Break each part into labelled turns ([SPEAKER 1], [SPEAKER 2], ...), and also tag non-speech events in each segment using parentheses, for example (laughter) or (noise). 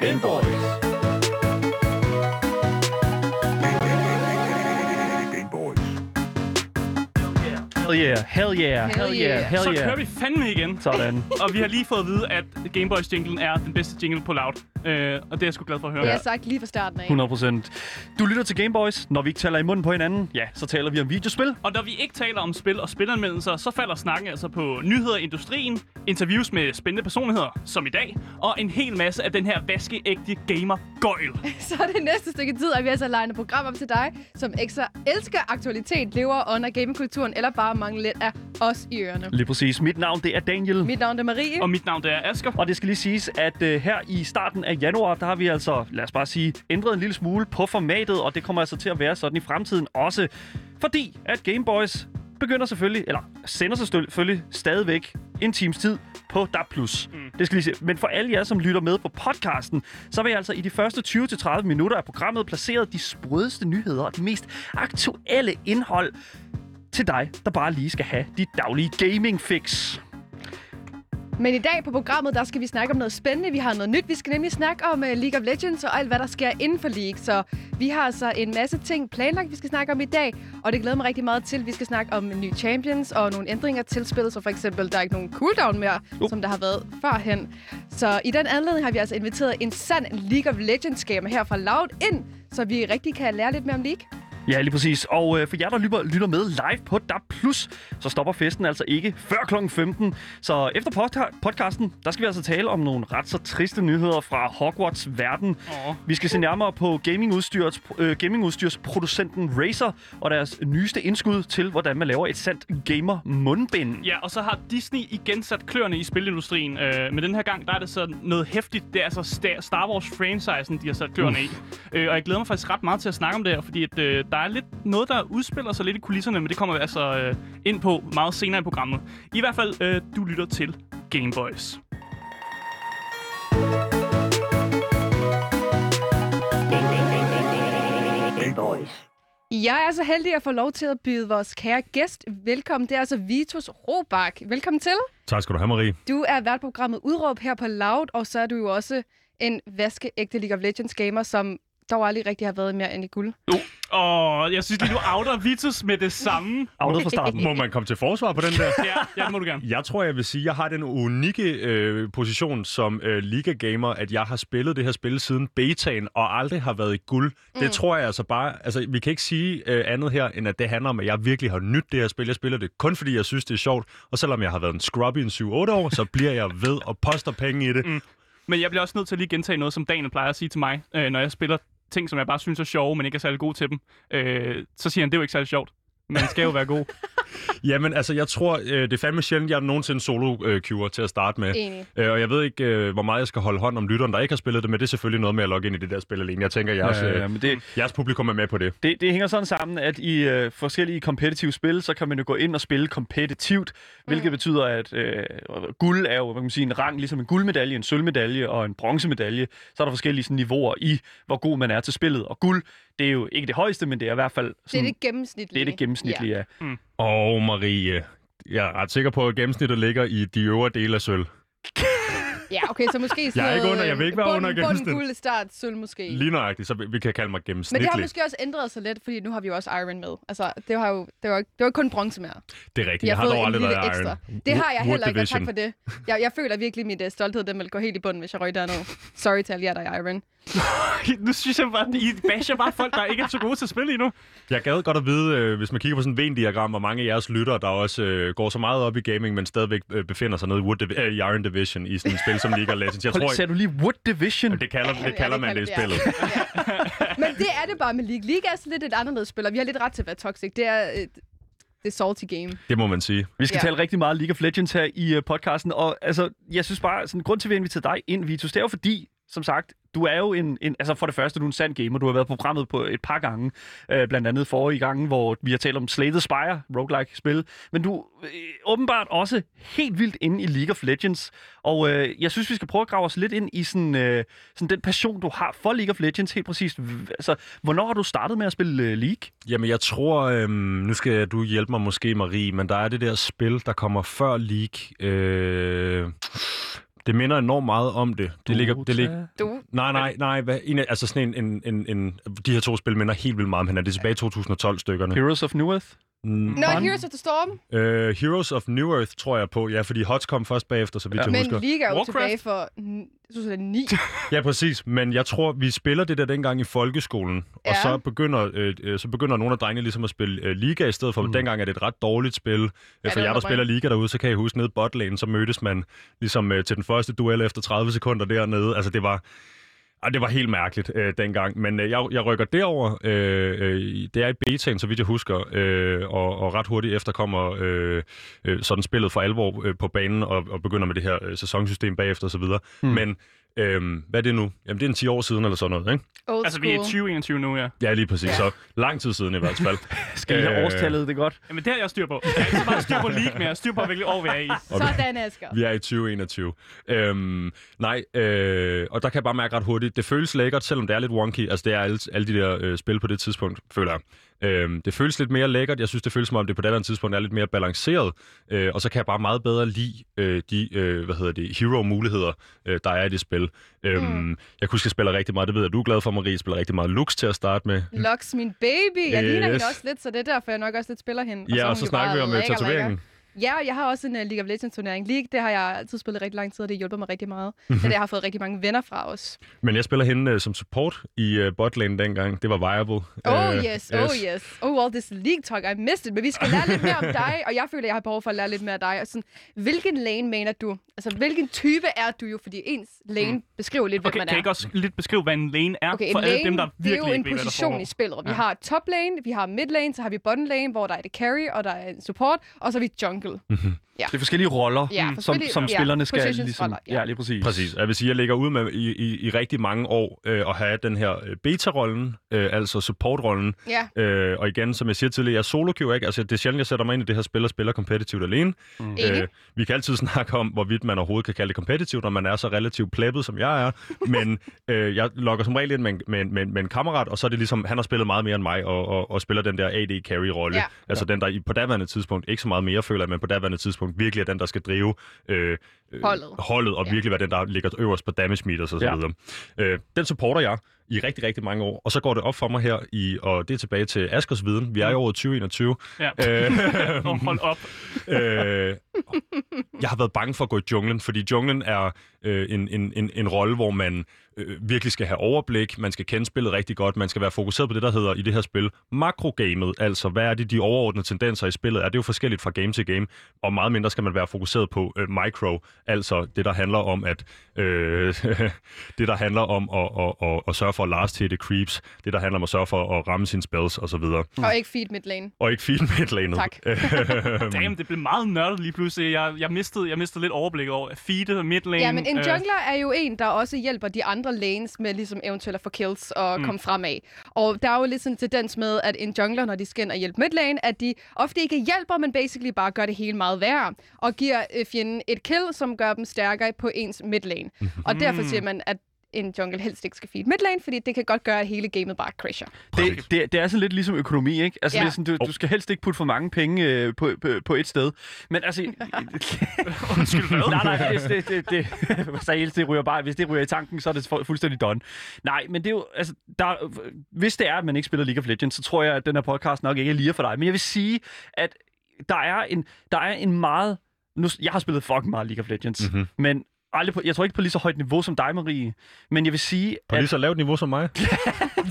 [SPEAKER 1] Gameboys.
[SPEAKER 2] Game Boys.
[SPEAKER 3] Hell yeah, hell yeah,
[SPEAKER 4] Hell
[SPEAKER 3] hell yeah,
[SPEAKER 4] yeah.
[SPEAKER 3] hell
[SPEAKER 5] Så
[SPEAKER 3] yeah.
[SPEAKER 5] kører vi fandme igen.
[SPEAKER 3] Sådan.
[SPEAKER 5] Og vi har lige fået at vide, at Gameboys-jinglen er den bedste jingle på Loud. Øh, og det er jeg sgu glad for at høre.
[SPEAKER 4] Det har jeg sagt lige fra starten af.
[SPEAKER 3] 100 Du lytter til Gameboys. Når vi ikke taler i munden på hinanden, ja, så taler vi om videospil.
[SPEAKER 5] Og når vi ikke taler om spil og spilanmeldelser, så falder snakken altså på nyheder i industrien, interviews med spændende personligheder, som i dag, og en hel masse af den her vaskeægte gamer-gøjl.
[SPEAKER 4] Så er det næste stykke tid, at vi altså legnet program op til dig, som ekstra elsker aktualitet, lever under gamingkulturen, eller bare mangler lidt af os i ørerne.
[SPEAKER 3] Lige præcis. Mit navn, det er Daniel.
[SPEAKER 4] Mit navn er Marie.
[SPEAKER 5] Og mit navn, det er Asger.
[SPEAKER 3] Og det skal lige siges, at øh, her i starten af januar, der har vi altså, lad os bare sige, ændret en lille smule på formatet, og det kommer altså til at være sådan i fremtiden også. Fordi at Gameboys begynder selvfølgelig, eller sender sig selvfølgelig stadigvæk en times tid på DAB+. Mm. Det skal lige sige. Men for alle jer, som lytter med på podcasten, så vil jeg altså i de første 20-30 minutter af programmet placeret de sprødeste nyheder og det mest aktuelle indhold til dig, der bare lige skal have dit daglige gaming-fix.
[SPEAKER 4] Men i dag på programmet, der skal vi snakke om noget spændende. Vi har noget nyt. Vi skal nemlig snakke om uh, League of Legends og alt, hvad der sker inden for League. Så vi har altså en masse ting planlagt, vi skal snakke om i dag. Og det glæder mig rigtig meget til. Vi skal snakke om nye champions og nogle ændringer til spillet. Så for eksempel, der er ikke nogen cooldown mere,
[SPEAKER 3] Jo.
[SPEAKER 4] uh. som der har været førhen. Så i den anledning har vi altså inviteret en sand League of Legends-gamer her fra Loud ind, så vi rigtig kan lære lidt mere om League.
[SPEAKER 3] Ja, lige præcis. Og øh, for jer, der lytter, lytter med live på DAB+, Plus, så stopper festen altså ikke før kl. 15. Så efter podca- podcasten, der skal vi altså tale om nogle ret så triste nyheder fra Hogwarts verden.
[SPEAKER 5] Åh.
[SPEAKER 3] Vi skal se nærmere på gamingudstyrs, øh, gamingudstyrsproducenten Razer og deres nyeste indskud til, hvordan man laver et sandt gamer-mundbind.
[SPEAKER 5] Ja, og så har Disney igen sat kløerne i spilindustrien. Øh, men den her gang, der er det så noget hæftigt. Det er altså Sta- Star Wars-franchisen, de har sat kløerne i. Øh, og jeg glæder mig faktisk ret meget til at snakke om det her, fordi at, øh, der er lidt noget, der udspiller sig lidt i kulisserne, men det kommer vi altså øh, ind på meget senere i programmet. I hvert fald, øh, du lytter til Gameboys.
[SPEAKER 2] Game Boys.
[SPEAKER 4] Jeg er så heldig at få lov til at byde vores kære gæst velkommen. Det er altså Vitus Robak. Velkommen til.
[SPEAKER 6] Tak skal du have, Marie.
[SPEAKER 4] Du er vært på programmet Udråb her på Loud, og så er du jo også en vaskeægte League of Legends gamer, som dog aldrig rigtig har været mere end i guld.
[SPEAKER 5] Og jeg synes lige, du outer Vitus med det samme.
[SPEAKER 3] Outet fra starten.
[SPEAKER 6] Må man komme til forsvar på den der?
[SPEAKER 5] (laughs) Ja, ja det må du gerne.
[SPEAKER 6] Jeg tror, jeg vil sige, at jeg har den unikke øh, position som øh, liga-gamer, at jeg har spillet det her spil siden betaen og aldrig har været i guld. Det tror jeg altså bare... Altså, vi kan ikke sige øh, andet her, end at det handler om, at jeg virkelig har nyt det her spil. Jeg spiller det kun, fordi jeg synes, det er sjovt. Og selvom jeg har været en scrub i en 7-8 år, så bliver jeg ved og poster penge i det. Mm.
[SPEAKER 5] Men jeg bliver også nødt til at lige gentage noget, som Daniel plejer at sige til mig, øh, når jeg spiller ting, som jeg bare synes er sjove, men ikke er særlig god til dem. Øh, så siger han, det er jo ikke særlig sjovt. Man skal jo være
[SPEAKER 4] (laughs)
[SPEAKER 5] god.
[SPEAKER 6] Jamen, altså, jeg tror, øh, det er fandme sjældent, jeg nogensinde solo-queuer til at starte med.
[SPEAKER 4] Enig.
[SPEAKER 6] Øh, og jeg ved ikke, øh, hvor meget jeg skal holde hånd om lytteren, der ikke har spillet det, men det er selvfølgelig noget med at logge ind i det der spil alene. Jeg tænker, jeres, øh,
[SPEAKER 3] men det,
[SPEAKER 6] jeres publikum er med på det.
[SPEAKER 3] Det, det hænger sådan sammen, at i øh, forskellige kompetitive spil, så kan man jo gå ind og spille kompetitivt, hvilket
[SPEAKER 4] Mm.
[SPEAKER 3] betyder, at øh, guld er jo hvad kan man sige, en rang, ligesom en guldmedalje, en sølvmedalje og en bronzemedalje. Så er der forskellige sådan, niveauer i, hvor god man er til spillet. Og guld, det er jo ikke det højeste, men det er i hvert fald
[SPEAKER 4] Det er
[SPEAKER 3] sådan,
[SPEAKER 4] det gennemsnitlige.
[SPEAKER 3] det, er det gennemsnitlige. Ja.
[SPEAKER 6] Og Marie, jeg er ret sikker på, at gennemsnittet ligger i de øvre dele af sølv.
[SPEAKER 4] Ja, ja okay, så måske sådan
[SPEAKER 6] (laughs) Jeg er ikke
[SPEAKER 4] noget,
[SPEAKER 6] under- jeg vil ikke være
[SPEAKER 4] bund,
[SPEAKER 6] under
[SPEAKER 4] Bund,
[SPEAKER 6] gennemsnittet.
[SPEAKER 4] guld, start, sølv måske.
[SPEAKER 6] Lige nøjagtigt, så vi, vi kan kalde mig
[SPEAKER 4] Men
[SPEAKER 6] gennemsnitlig.
[SPEAKER 4] det har måske også ændret sig lidt, fordi nu har vi jo også Iron med. Altså, det var jo, det var, ikke- det var ikke kun bronze mere.
[SPEAKER 6] Det er rigtigt,
[SPEAKER 4] Jeg,
[SPEAKER 6] jeg, har
[SPEAKER 4] fået
[SPEAKER 6] dog
[SPEAKER 4] en
[SPEAKER 6] aldrig
[SPEAKER 4] lille
[SPEAKER 6] været
[SPEAKER 4] ekstra.
[SPEAKER 6] Iron.
[SPEAKER 4] Det har jeg
[SPEAKER 6] Wood
[SPEAKER 4] heller ikke, og tak
[SPEAKER 6] Division.
[SPEAKER 4] for det. Jeg, jeg føler virkelig, min uh, stolthed den vil gå helt i bunden, hvis jeg røg derned. Sorry til alle jer, der er i Iron.
[SPEAKER 5] (laughs) nu synes jeg bare, at I basher bare folk, der ikke er så gode til at spille endnu.
[SPEAKER 6] Jeg gad godt at vide, øh, hvis man kigger på sådan et venn-diagram, hvor mange af jeres lyttere, der også øh, går så meget op i gaming, men stadigvæk øh, befinder sig nede i, Wood Divi- øh, i Iron Division i sådan et spil, som ligger Legends. Jeg
[SPEAKER 3] Hold,
[SPEAKER 6] tror,
[SPEAKER 3] sagde du lige Wood Division?
[SPEAKER 6] jeg, det kalder,
[SPEAKER 4] Ja,
[SPEAKER 6] det kalder man det i
[SPEAKER 4] kalder-
[SPEAKER 6] spillet.
[SPEAKER 4] ja. Men det er det bare med League. League er altså lidt et anderledes spil, og vi har lidt ret til at være toxic. Det er et, det salty game.
[SPEAKER 6] Det må man sige.
[SPEAKER 3] Vi skal ja.
[SPEAKER 4] Ja.
[SPEAKER 3] tale rigtig meget League of Legends her i uh, podcasten, og altså, jeg synes bare, sådan, grund til, at vi inviterede dig ind, Vitus, det er jo fordi, som sagt, du er jo en, en, altså for det første, du er en sand gamer, du har været på programmet på et par gange, øh, blandt andet forrige gange, hvor vi har talt om Slay the Spire, roguelike-spil, men du er øh, åbenbart også helt vildt inde i League of Legends, og øh, jeg synes, vi skal prøve at grave os lidt ind i sådan, øh, sådan den passion, du har for League of Legends, helt præcist. Hv- Altså, hvornår har du startet med at spille øh, League?
[SPEAKER 6] Jamen, jeg tror, øhm, nu skal du hjælpe mig måske, Marie, men der er det der spil, der kommer før League. Øh, Det minder enormt meget om det. Det ligger,
[SPEAKER 3] Uhuh.
[SPEAKER 6] det ligger,
[SPEAKER 4] Du,
[SPEAKER 6] Nej, nej, nej. Hvad, en, af- altså sådan en, en, en, en, de her to spil minder helt vildt meget om hinanden. Det er tilbage i 2012-stykkerne.
[SPEAKER 3] Heroes of New Earth.
[SPEAKER 4] Nå,
[SPEAKER 3] Barn-
[SPEAKER 4] Heroes of the Storm,
[SPEAKER 6] Uh, Mm, Heroes of New Earth tror jeg på, ja, fordi Hots kom først bagefter, så vidt ja.
[SPEAKER 3] Ja.
[SPEAKER 6] jeg
[SPEAKER 4] men
[SPEAKER 6] husker.
[SPEAKER 4] League er jo
[SPEAKER 5] Warcraft?
[SPEAKER 4] tilbage for mm,
[SPEAKER 5] (laughs)
[SPEAKER 4] 2009.
[SPEAKER 6] Ja, præcis. Men jeg tror, vi spiller det der dengang i folkeskolen, ja. og
[SPEAKER 4] Ja.
[SPEAKER 6] så begynder, øh, øh, så begynder nogle af drengene ligesom at spille øh, Liga i stedet for. Mm. Dengang er det et ret dårligt spil. Øh, for
[SPEAKER 4] det
[SPEAKER 6] jer, der
[SPEAKER 4] undrer mig.
[SPEAKER 6] spiller Liga derude, så kan jeg huske, nede i botlane, så mødtes man ligesom øh, til den første duel efter 30 sekunder dernede. Altså, det var... Og det var helt mærkeligt øh, dengang, men øh, jeg, jeg rykker derover. Øh, øh, det er i betaen, så vidt jeg husker, øh, og, og ret hurtigt efter kommer øh, øh, sådan spillet for alvor øh, på banen og, og begynder med det her øh, sæsonsystem bagefter osv. Mm. Men øh, hvad er det nu? Jamen det er en 10 år siden eller sådan noget, ikke?
[SPEAKER 4] Old
[SPEAKER 5] Altså, vi er i
[SPEAKER 4] school.
[SPEAKER 5] 2021 nu, ja.
[SPEAKER 6] Ja, lige præcis.
[SPEAKER 4] Ja.
[SPEAKER 6] Ja. Så lang tid siden i hvert fald.
[SPEAKER 3] Skal vi have årstallet, det er godt.
[SPEAKER 5] Jamen, det har jeg styr på. Jeg har ikke så meget styr på league, men jeg har styr på, hvilket år vi er i.
[SPEAKER 4] Sådan, Asger.
[SPEAKER 6] Vi er i 2021. Øhm, nej, øh, og der kan jeg bare mærke ret hurtigt, det føles lækkert, selvom det er lidt wonky. Altså, det er alle, alle de der øh, spil på det tidspunkt, føler jeg. Øhm, det føles lidt mere lækkert. Jeg synes, det føles som om, det på det andet tidspunkt er lidt mere balanceret. Øh, og så kan jeg bare meget bedre lide øh, de, øh, hvad hedder det, hero-muligheder, øh, der er i det spil. Øhm, mm. Jeg kunne huske, jeg spiller rigtig meget, det ved jeg, du er glad for, Marie. Jeg spiller rigtig meget Lux til at starte med.
[SPEAKER 4] Lux, min baby. Jeg ligner
[SPEAKER 6] Yes.
[SPEAKER 4] hende også lidt, så det er derfor, jeg nok også lidt spiller hende.
[SPEAKER 6] Ja,
[SPEAKER 4] er
[SPEAKER 6] og så
[SPEAKER 4] hun jo
[SPEAKER 6] snakker vi
[SPEAKER 4] bare
[SPEAKER 6] om øh,
[SPEAKER 4] lækker, lækker.
[SPEAKER 6] tatoveringen.
[SPEAKER 4] Ja, og jeg har også en uh, League of Legends-turnering. League, det har jeg altid spillet rigtig lang tid, og det hjælper mig rigtig meget.
[SPEAKER 6] Mhm.
[SPEAKER 4] Mm-hmm. Men det har jeg fået rigtig mange venner fra os.
[SPEAKER 6] Men jeg spiller hende øh, som support i øh, botlane dengang. Det var viable.
[SPEAKER 4] Oh
[SPEAKER 6] Øh,
[SPEAKER 4] yes, oh yes. Oh, all this League talk, I missed it. Men vi skal lære lidt mere
[SPEAKER 5] (laughs)
[SPEAKER 4] om dig, og jeg føler, jeg har behov for at lære lidt mere af dig. Og sådan, hvilken lane mener du? Altså, hvilken type er du jo? Fordi ens lane mm. beskriver lidt, hvem
[SPEAKER 5] Okay,
[SPEAKER 4] man
[SPEAKER 5] kan I
[SPEAKER 4] er.
[SPEAKER 5] ikke også lidt beskrive, hvad en lane er?
[SPEAKER 4] Okay, en
[SPEAKER 5] for
[SPEAKER 4] lane,
[SPEAKER 5] alle dem, der
[SPEAKER 4] det er jo
[SPEAKER 5] virkelig
[SPEAKER 4] en
[SPEAKER 5] ikke ved, hvad der
[SPEAKER 4] position i
[SPEAKER 5] foregår.
[SPEAKER 4] spillet. Vi har top lane, vi har mid lane, så har vi bottom lane, hvor der er det carry, og der er en support, og så har vi jungle.
[SPEAKER 5] Mm.
[SPEAKER 3] Det er forskellige roller,
[SPEAKER 4] Ja,
[SPEAKER 3] mm, som,
[SPEAKER 4] forskellige-
[SPEAKER 3] som
[SPEAKER 4] ja,
[SPEAKER 3] spillerne skal
[SPEAKER 4] positionsroller,
[SPEAKER 3] ligesom...
[SPEAKER 4] ja.
[SPEAKER 3] Ja, lige præcis.
[SPEAKER 6] Præcis. Jeg vil sige, jeg ligger ud med i, i, i rigtig mange år øh, at have den her øh, beta-rollen, øh, altså support-rollen.
[SPEAKER 4] Ja,
[SPEAKER 6] Øh, og igen, som jeg siger tidligere, jeg solo ikke. Altså, det er sjældent, jeg sætter mig ind i det her spil og spiller competitivt alene. Mm.
[SPEAKER 4] Enig.
[SPEAKER 6] vi kan altid (laughs) snakke om, hvorvidt man overhovedet kan kalde det competitivt, når man er så relativt plebbet, som jeg er.
[SPEAKER 4] (laughs)
[SPEAKER 6] Men øh, jeg logger som regel ind med en, med, en- med, en- med en kammerat, og så er det ligesom, han har spillet meget mere end mig, og, og, og spiller den der AD-carry-rolle.
[SPEAKER 4] Ja.
[SPEAKER 6] Altså den, der i- på daværende tidspunkt, ikke så meget mere føler jeg, men på daværende tidspunkt virkelig er den, der skal drive øh, øh,
[SPEAKER 4] Holdet.
[SPEAKER 6] holdet og
[SPEAKER 4] Ja.
[SPEAKER 6] ja. virkelig være den, der ligger øverst på damage meters og så
[SPEAKER 3] Ja.
[SPEAKER 6] videre. Øh, den supporter jeg i rigtig, rigtig mange år, og så går det op for mig her, i, og det er tilbage til Askers viden, vi
[SPEAKER 4] Mm.
[SPEAKER 6] er i året 2021.
[SPEAKER 5] Ja.
[SPEAKER 6] Øh,
[SPEAKER 5] Åh, hold op.
[SPEAKER 6] øh, jeg har været bange for at gå i junglen, fordi junglen er øh, en, en, en, en rolle, hvor man øh, virkelig skal have overblik, man skal kende spillet rigtig godt, man skal være fokuseret på det, der hedder i det her spil makrogamet, altså hvad er det, de overordnede tendenser i spillet er. Det er jo forskelligt fra game til game, og meget mindre skal man være fokuseret på øh, micro, altså det, der handler om at øh, (laughs) det, der handler om at, at, at, at sørge for at last hit creeps, det, der handler om at sørge for at ramme sine spells osv.,
[SPEAKER 5] Øh.
[SPEAKER 4] og ikke feed mid lane.
[SPEAKER 6] og ikke feed midlanet.
[SPEAKER 4] Tak.
[SPEAKER 5] Damn, det blev meget nørdet lige pludselig. Jeg, jeg, mistede, jeg mistede lidt overblik over feedet, midlane.
[SPEAKER 4] Ja, men en
[SPEAKER 5] øh,
[SPEAKER 4] jungler er jo en, der også hjælper de andre lanes med ligesom eventuelt at få kills og mm. komme fremad. Og der er jo lidt sådan en tendens med, at en jungler, når de skal ind og hjælpe midlane, at de ofte ikke hjælper, men basically bare gør det hele meget værre. Og giver øh, fjenden et kill, som gør dem stærkere på ens midlane. Og
[SPEAKER 6] Mm.
[SPEAKER 4] derfor siger man, at en jungle helst ikke skal feed midlane, fordi det kan godt gøre, at hele gamet bare crasher.
[SPEAKER 3] Det, det, det er sådan lidt ligesom økonomi, ikke? Altså,
[SPEAKER 4] Ja.
[SPEAKER 3] ja. det er sådan, du, du skal helst ikke putte for mange penge øh, på, på, på et sted. Men altså... Undskyld, hvad? Nej, nej, det, det, det, (laughs) det, seriøst, det ryger bare... Hvis det ryger i tanken, så er det fu- fuldstændig done. Nej, men det er jo... Altså, der, hvis det er, at man ikke spiller League of Legends, så tror jeg, at den her podcast nok ikke er lige for dig. Men jeg vil sige, at der er en, der er en meget... Nu, jeg har spillet fucking meget League of Legends, mm-hmm. men aldrig på, jeg tror ikke på lige så højt niveau som dig, Marie. Men jeg vil sige,
[SPEAKER 6] På lige så lavt niveau som mig.
[SPEAKER 3] ja,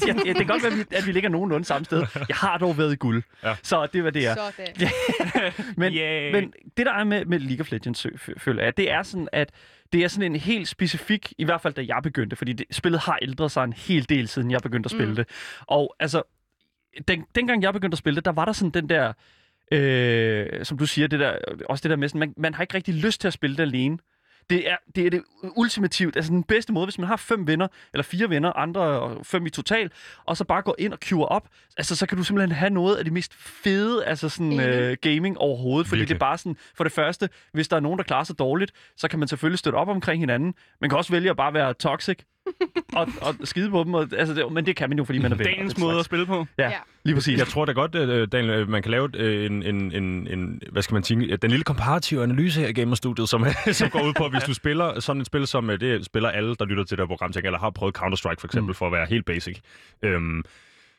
[SPEAKER 3] ja, det kan godt være, at vi, at vi ligger nogenlunde samme sted. Jeg har dog været i guld,
[SPEAKER 6] Ja.
[SPEAKER 3] ja. så det var det,
[SPEAKER 4] Ja.
[SPEAKER 3] jeg.
[SPEAKER 4] Sådan.
[SPEAKER 3] Men,
[SPEAKER 5] Yay.
[SPEAKER 3] men det, der er med, med League of Legends, øh, fø- føler jeg, det er sådan, at det er sådan en helt specifik, i hvert fald da jeg begyndte, fordi det, spillet har ændret sig en hel del, siden jeg begyndte at spille mm. det. Og altså, den, dengang jeg begyndte at spille det, der var der sådan den der, øh, som du siger, det der, også det der med, sådan, man, man har ikke rigtig lyst til at spille det alene. Det er, det er det ultimativt, altså den bedste måde, hvis man har fem venner, eller fire venner, andre og fem i total, og så bare går ind og queuer op, altså så kan du simpelthen have noget af det mest fede, altså sådan
[SPEAKER 4] Enig.
[SPEAKER 3] øh, gaming overhovedet, fordi
[SPEAKER 6] Virkelig.
[SPEAKER 3] det er bare sådan, for det første,
[SPEAKER 5] (laughs)
[SPEAKER 3] hvis der er nogen, der klarer sig dårligt, så kan man selvfølgelig støtte op omkring hinanden. Man kan også vælge at bare være toxic, og, og skide på dem. Og, altså, det, men det kan man jo, fordi man er venner.
[SPEAKER 5] Dagens
[SPEAKER 3] Den
[SPEAKER 5] måde at
[SPEAKER 3] slags.
[SPEAKER 5] spille på.
[SPEAKER 3] Ja,
[SPEAKER 4] Ja.
[SPEAKER 3] lige præcis.
[SPEAKER 6] Jeg tror da godt, at, øh, Daniel, øh, man kan lave øh, en, en, en, en, hvad skal man sige, øh, den lille komparative analyse her i Gamerstudiet, som, (laughs) som går ud på, at hvis du spiller sådan et spil, som øh, det spiller alle, der lytter til det her program, tænker, eller har prøvet Counter-Strike for eksempel, mm. for at være helt basic, øhm,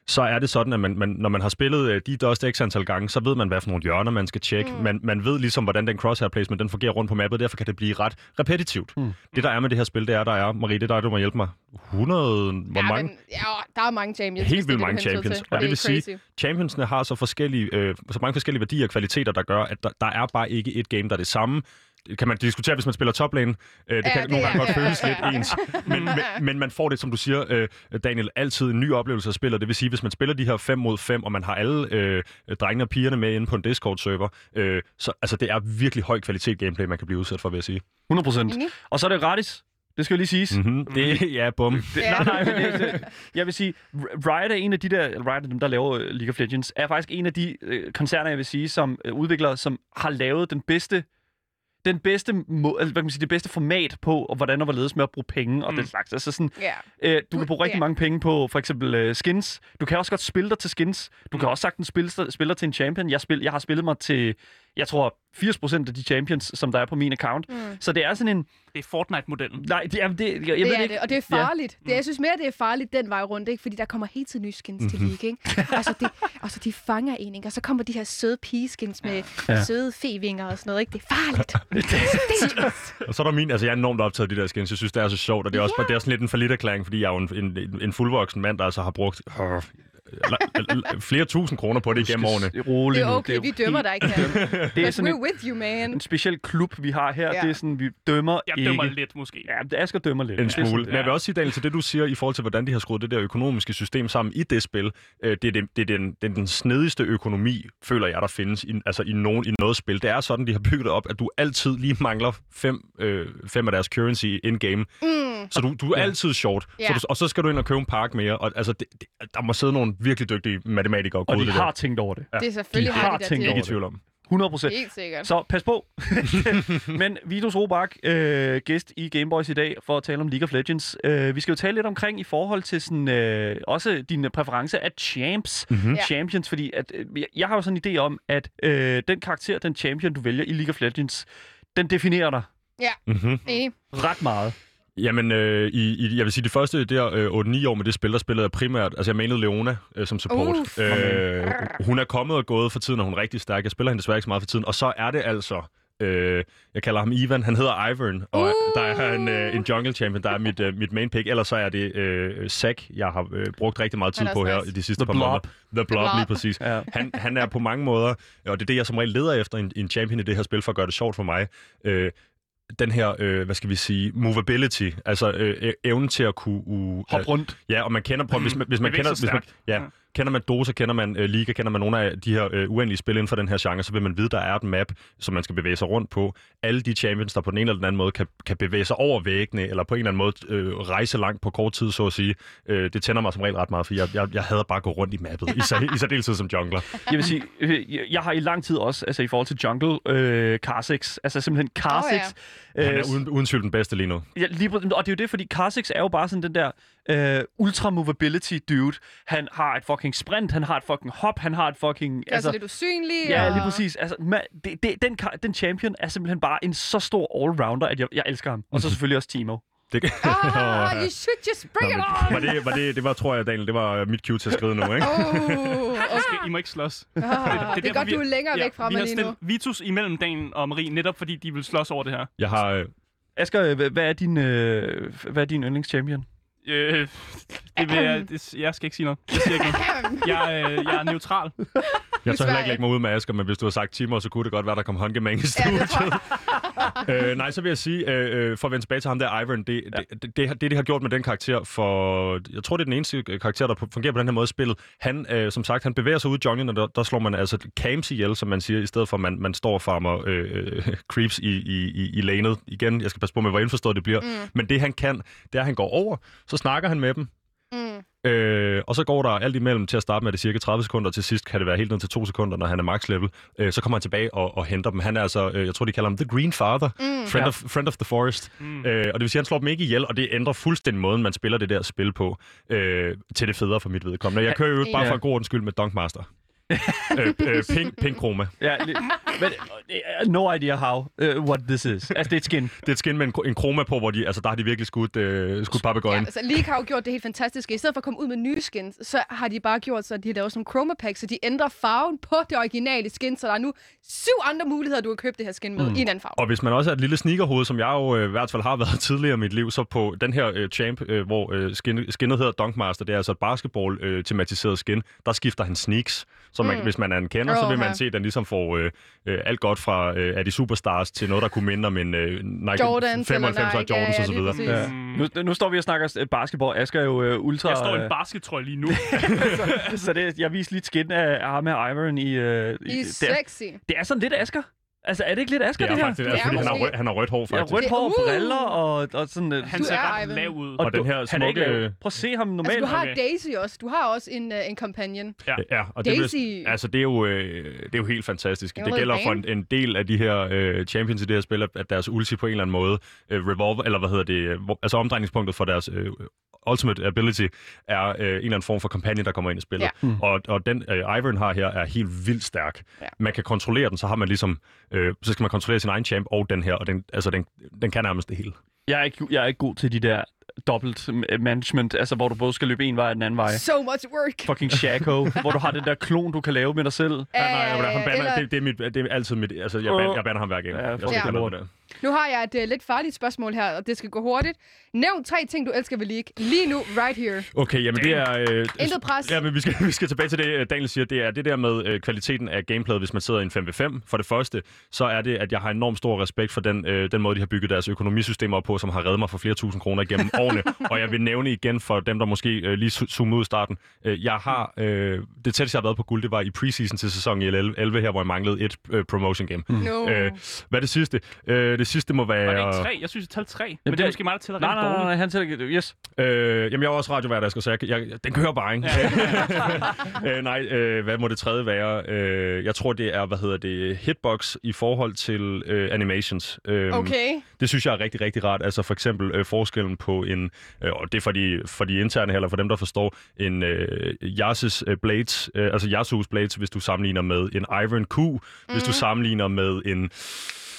[SPEAKER 6] så er det sådan, at man, man, når man har spillet øh, de dust x antal gange, så ved man, hvad for nogle hjørner man skal tjekke. Mm. Man, man ved ligesom, hvordan den crosshair placement den fungerer rundt på mappet, derfor kan det blive ret repetitivt. Mm. Det, der er med det her spil, det er, der er, Marie, det er dig, du må hjælpe mig, 100, hvor
[SPEAKER 4] ja,
[SPEAKER 6] mange?
[SPEAKER 4] Men, ja, der er mange champions. hvis
[SPEAKER 6] Helt
[SPEAKER 4] det er
[SPEAKER 6] vildt
[SPEAKER 4] det, du
[SPEAKER 6] mange
[SPEAKER 4] hentyder
[SPEAKER 6] champions.
[SPEAKER 4] til.
[SPEAKER 6] Og det vil
[SPEAKER 4] er
[SPEAKER 6] sige, championsne har så, forskellige, øh, så mange forskellige værdier og kvaliteter, der gør, at der, der er bare ikke et game, der er det samme. Det kan man diskutere, hvis man spiller toplane. Øh, det
[SPEAKER 4] Ja,
[SPEAKER 6] ja,
[SPEAKER 4] det
[SPEAKER 6] kan det, nogle
[SPEAKER 4] er-
[SPEAKER 6] gange godt
[SPEAKER 4] ja, ja,
[SPEAKER 6] føles
[SPEAKER 4] ja,
[SPEAKER 6] lidt
[SPEAKER 4] ja. (laughs)
[SPEAKER 6] ens. Men, men, men man får det, som du siger, øh, Daniel, altid en ny oplevelse af spillet. Det vil sige, hvis man spiller de her 5 mod 5, og man har alle øh, drengene og pigerne med inde på en Discord-server, øh, så altså, det er virkelig høj kvalitet gameplay, man kan blive udsat for, vil jeg sige.
[SPEAKER 3] 100 procent.
[SPEAKER 4] Enig.
[SPEAKER 3] Og så er det gratis. Det skal jo lige siges. Mm.
[SPEAKER 6] Mm-hmm. Det, (laughs) ja, bum.
[SPEAKER 3] Det, nej, nej, men det,
[SPEAKER 4] (laughs)
[SPEAKER 3] det, jeg vil sige, R- Riot er en af de der, eller Riot er dem, der laver øh, League of Legends, er faktisk en af de øh, koncerner, jeg vil sige, som øh, udviklere, som har lavet den bedste den bedste må, altså, hvad kan man sige, det bedste format på, og hvordan og hvorledes med at bruge penge og mm. den slags. Altså sådan,
[SPEAKER 4] Ja.
[SPEAKER 3] Øh, du kan bruge rigtig
[SPEAKER 4] Ja.
[SPEAKER 3] mange penge på for eksempel øh, skins. Du kan også godt spille dig til skins. Du
[SPEAKER 4] Mm.
[SPEAKER 3] kan også sagtens spille, sig- spille dig til en champion. Jeg, spil, jeg har spillet mig til, jeg tror, 80% af de champions, som der er på min account. Mm. Så det er sådan en...
[SPEAKER 5] Det er Fortnite-modellen.
[SPEAKER 3] Nej, det er, det, jeg, jeg ved
[SPEAKER 4] det er
[SPEAKER 3] ikke. Mm.
[SPEAKER 4] det, og det er farligt. Ja. Det, jeg synes mere, det er farligt den vej rundt, ikke? fordi der kommer hele tiden nye skins
[SPEAKER 3] Mhm.
[SPEAKER 4] til League.
[SPEAKER 3] (laughs)
[SPEAKER 4] Ikke? Altså, det, altså, de fanger en, ikke? og så kommer de her søde pigeskins med ja. søde fevinger og sådan noget. Ikke? Det
[SPEAKER 3] (laughs)
[SPEAKER 4] er farligt. det er dangerous.
[SPEAKER 6] Og så er der min, altså jeg er enormt optaget af de der skins, jeg synes det er så sjovt, og det er også
[SPEAKER 4] Ja.
[SPEAKER 6] yeah. det er sådan lidt en forlitterklæring, fordi jeg er jo en, en, en- en fuldvoksen mand, der altså har brugt øh, la- la- flere tusind kroner på det gennem årene.
[SPEAKER 3] Rolig
[SPEAKER 4] det er
[SPEAKER 3] nu.
[SPEAKER 4] okay, vi
[SPEAKER 3] jo
[SPEAKER 4] dømmer dig ikke. Jan.
[SPEAKER 3] helt- Det er
[SPEAKER 4] But
[SPEAKER 3] sådan
[SPEAKER 4] we're
[SPEAKER 3] en,
[SPEAKER 4] with you, man.
[SPEAKER 3] en speciel klub, vi har her.
[SPEAKER 4] Ja.
[SPEAKER 3] Ja. Det er sådan, vi dømmer
[SPEAKER 5] Jeg
[SPEAKER 3] ikke.
[SPEAKER 5] dømmer lidt, måske.
[SPEAKER 3] Ja, det- Asger dømmer lidt.
[SPEAKER 6] En
[SPEAKER 3] Ja.
[SPEAKER 6] smule. Men jeg
[SPEAKER 5] ja.
[SPEAKER 6] vil også sige, Daniel, til det du siger i forhold til, hvordan de har skruet det der økonomiske system sammen i det spil, øh, det er, det, det er den, den, den snedigste økonomi, føler jeg, der findes i, altså i, nogen, i noget spil. Det er sådan, de har bygget det op, at du altid lige mangler fem, øh, fem af deres currency in-game. Mm. Så du, du er altid short,
[SPEAKER 4] Ja.
[SPEAKER 6] så du, og så skal du ind og købe en park mere. Og, altså, det, det, der må sidde nogle virkelig dygtige matematikere og
[SPEAKER 3] Og
[SPEAKER 6] kode
[SPEAKER 3] de
[SPEAKER 6] det
[SPEAKER 3] har tænkt over det.
[SPEAKER 4] Det er selvfølgelig
[SPEAKER 3] de har
[SPEAKER 4] har de der
[SPEAKER 3] tænkt
[SPEAKER 6] der.
[SPEAKER 3] over
[SPEAKER 4] til.
[SPEAKER 6] Ikke i tvivl om.
[SPEAKER 3] 100 procent.
[SPEAKER 4] Helt sikkert.
[SPEAKER 3] Så pas på. (laughs) Men Vitus Robak, øh, gæst i Gameboys i dag, for at tale om League of Legends. Øh, vi skal jo tale lidt omkring i forhold til sådan, øh, også din øh, præference af champs.
[SPEAKER 6] Mhm.
[SPEAKER 3] Mm-hmm.
[SPEAKER 4] Ja.
[SPEAKER 3] Champions, fordi at, øh, jeg- jeg har jo sådan en idé om, at øh, den karakter, den champion, du vælger i League of Legends, den definerer dig
[SPEAKER 6] Mm-hmm.
[SPEAKER 4] Enig.
[SPEAKER 3] ret meget.
[SPEAKER 6] Jamen, øh, i, i, jeg vil sige, de første der øh, 8-9 år med det spil, der spillede jeg primært, altså jeg manede Leona øh, som support.
[SPEAKER 4] Uff.
[SPEAKER 6] Øh, hun er kommet og gået for tiden, og hun er rigtig stærk. Jeg spiller hende desværre ikke så meget for tiden. Og så er det altså, øh, jeg kalder ham Ivan, han hedder Ivan, og
[SPEAKER 4] Uh.
[SPEAKER 6] der er en, øh, en jungle champion, der er mit, øh, mit main pick. Ellers så er det øh, Zack, jeg har øh, brugt rigtig meget tid
[SPEAKER 4] Han er
[SPEAKER 6] på
[SPEAKER 4] også
[SPEAKER 6] her
[SPEAKER 4] nice.
[SPEAKER 6] i de sidste
[SPEAKER 3] The
[SPEAKER 6] par
[SPEAKER 3] Blob.
[SPEAKER 6] måneder. The Blob,
[SPEAKER 4] Blob.
[SPEAKER 6] lige præcis.
[SPEAKER 3] Ja.
[SPEAKER 6] Han, han er på mange måder, øh, og det er det, jeg som regel leder efter i en, i en champion i det her spil, for at gøre det sjovt for mig. Øh, den her, øh, hvad skal vi sige, movability, altså øh, e- evnen til at kunne... Uh,
[SPEAKER 3] Hop rundt.
[SPEAKER 6] Ja, og man kender, prøv, hvis man, hvis man
[SPEAKER 5] Bevæge
[SPEAKER 6] kender,
[SPEAKER 5] sig
[SPEAKER 6] hvis man,
[SPEAKER 5] stærkt.
[SPEAKER 6] ja,
[SPEAKER 5] Ja.
[SPEAKER 6] kender man Dota, kender man øh, Liga, kender man nogle af de her øh, uendelige spil inden for den her genre, så vil man vide, der er et map, som man skal bevæge sig rundt på. Alle de champions, der på den ene eller den anden måde kan, kan bevæge sig over væggene, eller på en eller anden måde øh, rejse langt på kort tid, så at sige, øh, det tænder mig som regel ret meget, for jeg, jeg, jeg hader bare at gå rundt i mappet, i, sær- i særdeleshed som jungler.
[SPEAKER 3] Jeg vil sige, øh, jeg- jeg har i lang tid også, altså i forhold til Jungle, øh, Kha'Zix, altså simpelthen Kha'Zix.
[SPEAKER 4] Åh,
[SPEAKER 3] øh,
[SPEAKER 6] Han er uden, uden tvivl den bedste lige nu.
[SPEAKER 3] Ja, lige præ- og det er jo det, fordi Kha'Zix er jo bare sådan den der øh, ultra movability dude. Han har et fucking sprint, han har et fucking hop, han har et fucking...
[SPEAKER 4] Altså, lidt usynlig.
[SPEAKER 3] ja,
[SPEAKER 4] og-
[SPEAKER 3] lige præcis. Altså, man, det, det, den, ka- den champion er simpelthen bare en så stor allrounder, at jeg, jeg elsker ham. Og så selvfølgelig også Timo. (laughs)
[SPEAKER 6] Det,
[SPEAKER 4] Ah, you should just bring it
[SPEAKER 6] var
[SPEAKER 4] on!
[SPEAKER 6] det, var det, det var, tror jeg, Daniel, det var øh, mit cue til at skride nu, ikke?
[SPEAKER 4] Oh,
[SPEAKER 5] I, skal, I må ikke slås. det,
[SPEAKER 4] det er godt, du er længere væk fra
[SPEAKER 5] vi
[SPEAKER 4] mig
[SPEAKER 5] har
[SPEAKER 4] lige nu.
[SPEAKER 5] stillet Vitus imellem dagen og Marie, netop fordi de vil slås over det her.
[SPEAKER 6] Jeg har... Øh,
[SPEAKER 3] Asger, øh, hva- hvad er din, øh, hvad er din yndlingschampion?
[SPEAKER 5] Øh, det vil jeg, det, jeg skal ikke sige noget. Jeg siger ikke noget. Jeg, øh, jeg er neutral.
[SPEAKER 6] jeg tør heller
[SPEAKER 4] Sverige.
[SPEAKER 6] ikke lægge mig ud med Asger, men hvis du har sagt timer, så kunne det godt være, der kom håndgemang i studiet. (laughs) øh, nej, så vil jeg sige, øh, øh, for at vende tilbage til ham der, Ivan, det, ja. det, det, det, har- det, de har gjort med den karakter for... Jeg tror, det er den eneste øh, karakter, der på- fungerer på den her måde i spillet. Han, øh, som sagt, han bevæger sig ud i junglen, og der, der slår man altså camps ihjel, som man siger, i stedet for, at man, man står og farmer øh, øh, creeps i, i, i, i lanet. Igen, jeg skal passe på med, hvor indforstået det bliver. Mm. Men det, han kan, det er, at han går over, så snakker han med dem, Øh, og så går der alt imellem til at starte med er det cirka 30 sekunder, og til sidst kan det være helt ned til 2 sekunder, når han er max level. Øh, så kommer han tilbage og, og henter dem. Han er altså, øh, jeg tror de kalder ham The Green Father, mm. friend,
[SPEAKER 3] Ja.
[SPEAKER 6] of, friend of the Forest. Mm. Øh, og det vil sige, han slår dem ikke ihjel, og det ændrer fuldstændig måden, man spiller det der spil på, øh, til det federe for mit vedkommende. Jeg kører jo ikke bare
[SPEAKER 3] Ja.
[SPEAKER 6] for en god ordens skyld med Dunkmaster. øh, øh, pink, pink Chroma.
[SPEAKER 3] Ja, li- men, uh, no idea how, uh, what this is. Altså, det er et skin.
[SPEAKER 6] Det er et skin med en, en kroma på, hvor de, altså, der har de virkelig skudt, øh, skudt
[SPEAKER 4] Ja,
[SPEAKER 6] papegøjen.
[SPEAKER 4] altså, League har jo gjort det helt fantastiske. I stedet for at komme ud med nye skins, så har de bare gjort så, at de har lavet sådan nogle chroma packs, så de ændrer farven på det originale skin, så der er nu syv andre muligheder, du kan købe det her skin med mm. i en anden farve.
[SPEAKER 6] Og hvis man også er et lille sneakerhoved, som jeg jo øh, i hvert fald har (laughs) været tidligere i mit liv, så på den her øh, champ, øh, hvor øh, skin, skinnet hedder Dunkmaster, det er altså et basketball-tematiseret skin, der skifter han sneaks. Så man, mm. hvis man er en kender, så vil
[SPEAKER 4] Åha.
[SPEAKER 6] man se, at den ligesom får øh, øh, alt godt fra øh, er de superstars til noget, der kunne minde om en øh, Nike
[SPEAKER 4] Jordans eller
[SPEAKER 6] 95
[SPEAKER 4] Nike, ja,
[SPEAKER 6] Jordans
[SPEAKER 4] ja,
[SPEAKER 6] osv.
[SPEAKER 4] lige præcis. Ja.
[SPEAKER 3] Øh, Nu, nu står vi og snakker øh, basketball. Asger er jo uh, ultra...
[SPEAKER 5] Jeg står i
[SPEAKER 3] øh,
[SPEAKER 5] en baskettrøje lige nu.
[SPEAKER 3] (laughs) Så det, jeg viste lige et skin af ham med Iron i... Øh,
[SPEAKER 4] Altså, I er
[SPEAKER 3] det, er,
[SPEAKER 4] sexy.
[SPEAKER 3] det er sådan lidt Asker. Altså, er det ikke lidt Asker,
[SPEAKER 6] Det
[SPEAKER 3] det,
[SPEAKER 6] er
[SPEAKER 3] her?
[SPEAKER 6] faktisk, altså,
[SPEAKER 4] Ja,
[SPEAKER 6] fordi han har,
[SPEAKER 4] måske.
[SPEAKER 6] rød, han har rødt hår,
[SPEAKER 3] Ja,
[SPEAKER 6] faktisk.
[SPEAKER 3] rødt hår,
[SPEAKER 4] Det- uh!
[SPEAKER 3] briller og, og sådan... øh,
[SPEAKER 5] Han
[SPEAKER 4] Du
[SPEAKER 5] ser
[SPEAKER 4] er
[SPEAKER 5] ret
[SPEAKER 4] Ivan.
[SPEAKER 5] lav ud.
[SPEAKER 6] Og den her
[SPEAKER 3] han er ikke
[SPEAKER 6] smukke,
[SPEAKER 3] lav.
[SPEAKER 6] øh,
[SPEAKER 3] Prøv at se ham normalt.
[SPEAKER 4] Altså, du har
[SPEAKER 5] okay.
[SPEAKER 4] Daisy også. Du har også en, øh, en companion.
[SPEAKER 6] Ja, og det,
[SPEAKER 4] Daisy.
[SPEAKER 6] vil, altså, det, er jo, øh, det er jo helt fantastisk.
[SPEAKER 4] Det
[SPEAKER 6] Det,
[SPEAKER 4] var
[SPEAKER 6] det
[SPEAKER 4] noget
[SPEAKER 6] gælder for
[SPEAKER 4] band.
[SPEAKER 6] en, en del af de her øh, champions i det her spil, at- at deres ulti på en eller anden måde, øh, revolve, eller hvad hedder det, øh, hvor- altså omdrejningspunktet for deres øh, ultimate ability, er øh, en eller anden form for kampagne, der kommer ind i spillet.
[SPEAKER 4] Ja.
[SPEAKER 6] Ja. Og, og den øh, Ivern har her er helt vildt stærk.
[SPEAKER 4] Ja.
[SPEAKER 6] Ja. Man kan kontrollere den, så har man ligesom, øh, så skal man kontrollere sin egen champ og den her, og den, altså, den, den kan nærmest det hele.
[SPEAKER 3] Jeg er, ikke, jeg er ikke god til de der dobbelt øh, management, altså hvor du både skal løbe en vej og den anden vej.
[SPEAKER 4] So much work.
[SPEAKER 3] Fucking Shaco, hvor du har den der klon, du kan lave med dig selv.
[SPEAKER 4] Ja,
[SPEAKER 6] nej,
[SPEAKER 4] ja,
[SPEAKER 6] nej,
[SPEAKER 4] ja,
[SPEAKER 6] han banner,
[SPEAKER 4] eller-
[SPEAKER 6] det, det, er mit, det er altid mit, altså jeg, ban, jeg banner ham hver gang.
[SPEAKER 3] Ja,
[SPEAKER 6] jeg
[SPEAKER 3] fuck
[SPEAKER 6] skal
[SPEAKER 4] det
[SPEAKER 6] lade
[SPEAKER 3] lort.
[SPEAKER 6] med det.
[SPEAKER 4] Nu har jeg et uh, lidt farligt spørgsmål her, og det skal gå hurtigt. Nævn tre ting, du elsker ved League. Lige nu, right here.
[SPEAKER 6] Okay, jamen det er... Øh,
[SPEAKER 4] Intet pres.
[SPEAKER 6] Ja, men vi skal, (laughs) vi skal tilbage til det, øh, Daniel siger. Det er det der med øh, kvaliteten af gameplayet, hvis man sidder i en 5v5. For det første, så er det, at jeg har enormt stor respekt for den, øh, den måde, de har bygget deres økonomisystemer op på, som har reddet mig for flere tusind
[SPEAKER 4] (laughs)
[SPEAKER 6] kroner gennem årene. Og jeg vil nævne igen for dem, der måske øh, lige zo- zoomede ud i starten. Øh, jeg har... Øh, det tætteste, jeg har været på guld, det var i preseason til sæson 11, 11 her, hvor jeg manglede et øh, promotion game.
[SPEAKER 4] No.
[SPEAKER 6] Øh, hvad er det sidste? Øh, det sidste må være...
[SPEAKER 5] Var det ikke tre? Jeg synes, jeg talte tre. Men det
[SPEAKER 3] det
[SPEAKER 5] er
[SPEAKER 3] er-
[SPEAKER 5] måske mig, der tæller
[SPEAKER 3] Nej,
[SPEAKER 5] rigtig
[SPEAKER 3] nej, nej,
[SPEAKER 5] dårligt.
[SPEAKER 3] nej han tæller ikke. Yes.
[SPEAKER 6] Øh, jamen, jeg er også radioværdasker, så jeg, jeg, den kører bare, ikke? (laughs) øh, nej, øh, hvad må det tredje være? Øh, jeg tror, det er, hvad hedder det, hitbox i forhold til øh, animations. Øh,
[SPEAKER 4] Okay.
[SPEAKER 6] Det synes jeg er rigtig, rigtig rart. Altså for eksempel øh, forskellen på en, øh, og det er for de, for de interne her, eller for dem, der forstår, en øh, Yasus øh, Blades, øh, altså Yasus Blades, hvis du sammenligner med en Iron Q, mm.
[SPEAKER 4] Mhm.
[SPEAKER 6] hvis du sammenligner med en,